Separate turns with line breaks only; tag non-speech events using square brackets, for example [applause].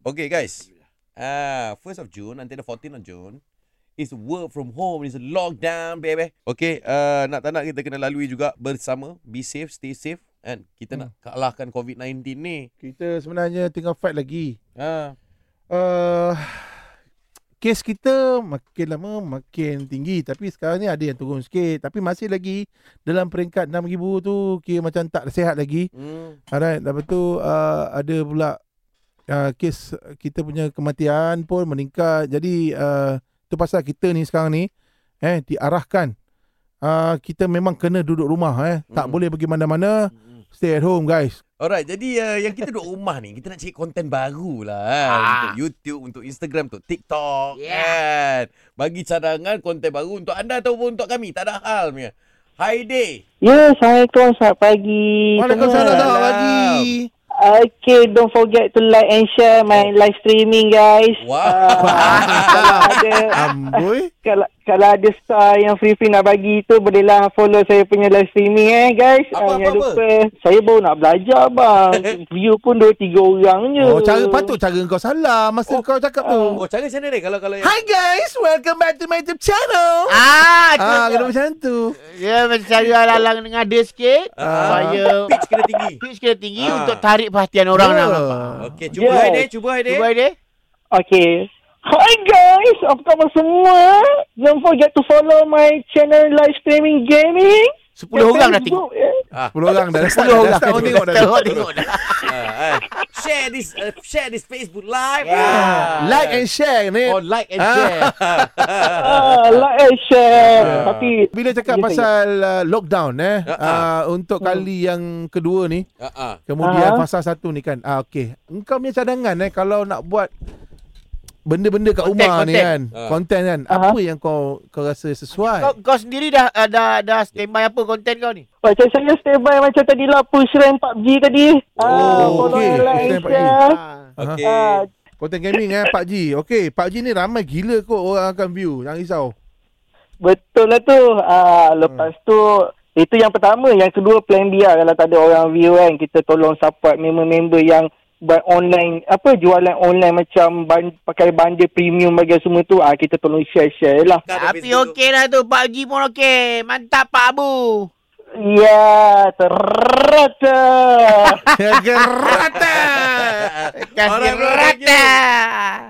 Okay, guys. Ah, first of June until the 14th of June is work from home. It's lockdown, baby. Okay, uh, nak tak nak kita kena lalui juga bersama. Be safe, stay safe. Kan? Kita nak kalahkan COVID-19 ni.
Kita sebenarnya tengah fight lagi.
Ah,
Uh, kes kita makin lama makin tinggi tapi sekarang ni ada yang turun sikit tapi masih lagi dalam peringkat 6000 tu kira macam tak sihat lagi.
hmm.
Alright, lepas tu uh, ada pula uh, kes kita punya kematian pun meningkat. Jadi uh, tu pasal kita ni sekarang ni eh diarahkan uh, kita memang kena duduk rumah eh. Tak
Mm.
boleh pergi mana-mana. Stay at home guys.
Alright, jadi uh, yang kita duduk rumah ni, kita nak cari konten baru lah. Kan?
Ah.
Untuk YouTube, untuk Instagram, untuk TikTok.
Yeah.
Kan? Bagi cadangan konten baru untuk anda ataupun untuk kami. Tak ada hal punya. Hai day.
Ya, Assalamualaikum. Selamat pagi.
Waalaikumsalam
semua.
selamat pagi.
Okay, don't forget to like and share my live streaming, guys.
Wow.
Ah, kalau ada
Amboi.
kalau, kalau ada star yang free-free nak bagi tu, bolehlah follow saya punya live streaming eh, guys.
Apa,
Ah,
apa,
jangan
apa?
lupa. Saya baru nak belajar,
[laughs]
bang. View pun 2-3 orang je.
Oh, cara patut cara kau salah masa oh, kau cakap tu.
Oh, cara macam mana ni kalau kalau
Hi guys, welcome back to my YouTube channel. Ah,
Ah, tu tu.
kena macam tu.
Ya, macam saya alang dengan dia sikit.
Ah.
Supaya
pitch kena tinggi.
pitch kena tinggi
Ah.
untuk tarik perhatian orang
Ya.
nak nampak.
Okey, cuba
Yeah.
hai day, cuba hai day.
Cuba dia.
Okay. Hi guys, apa khabar semua? Don't forget to follow my channel live streaming gaming.
10 orang dah tengok.
Facebook, eh.
10 orang dah start,
10 orang
dah start,
dah
orang tengok dah.
Tengok, tengok dah.
Ah, ah. share this uh, share this Facebook live. Ah.
Ah, Like and share ni.
Oh, like and share.
[laughs]
Ah, like and share. Tapi
Ah. Bila cakap
Ya,
pasal uh, lockdown eh
Ah,
uh, untuk kali yang kedua ni
Ah, ah.
kemudian
Ah.
fasa satu ni kan. Ah okey. Engkau punya cadangan eh kalau nak buat benda-benda kat
Content,
rumah ni
content.
kan,
Ah.
konten kan.
Aha.
Apa yang kau kau rasa
Kau,
sesuai?
kau sendiri dah ah, dah dah standby apa konten kau ni?
Macam saya standby macam tadi lah push rank PUBG tadi. Oh, ah,
Oh,
follow
okey.
yang
Push
like
rank PUBG.
share.
Ah.
Okey.
Ah,
Konten gaming eh Pak Ji. Okey, Pak Ji ni ramai gila kot orang akan view. Jangan risau.
betul lah tu. Ah, lepas
Hmm.
tu, itu yang pertama. Yang kedua, plan B lah. Kalau tak ada orang view kan, kita tolong support member-member yang buat online, apa, jualan online macam ban, pakai bandar premium bagian semua tu. Ah, kita tolong share-share lah.
Kat ada
Tapi
Facebook tu.
okey lah tu. Pak Haji pun okey. Mantap Pak Abu.
Ya, terata.
Gerata.
Kasih
Alright, bro. Thank you.
rata.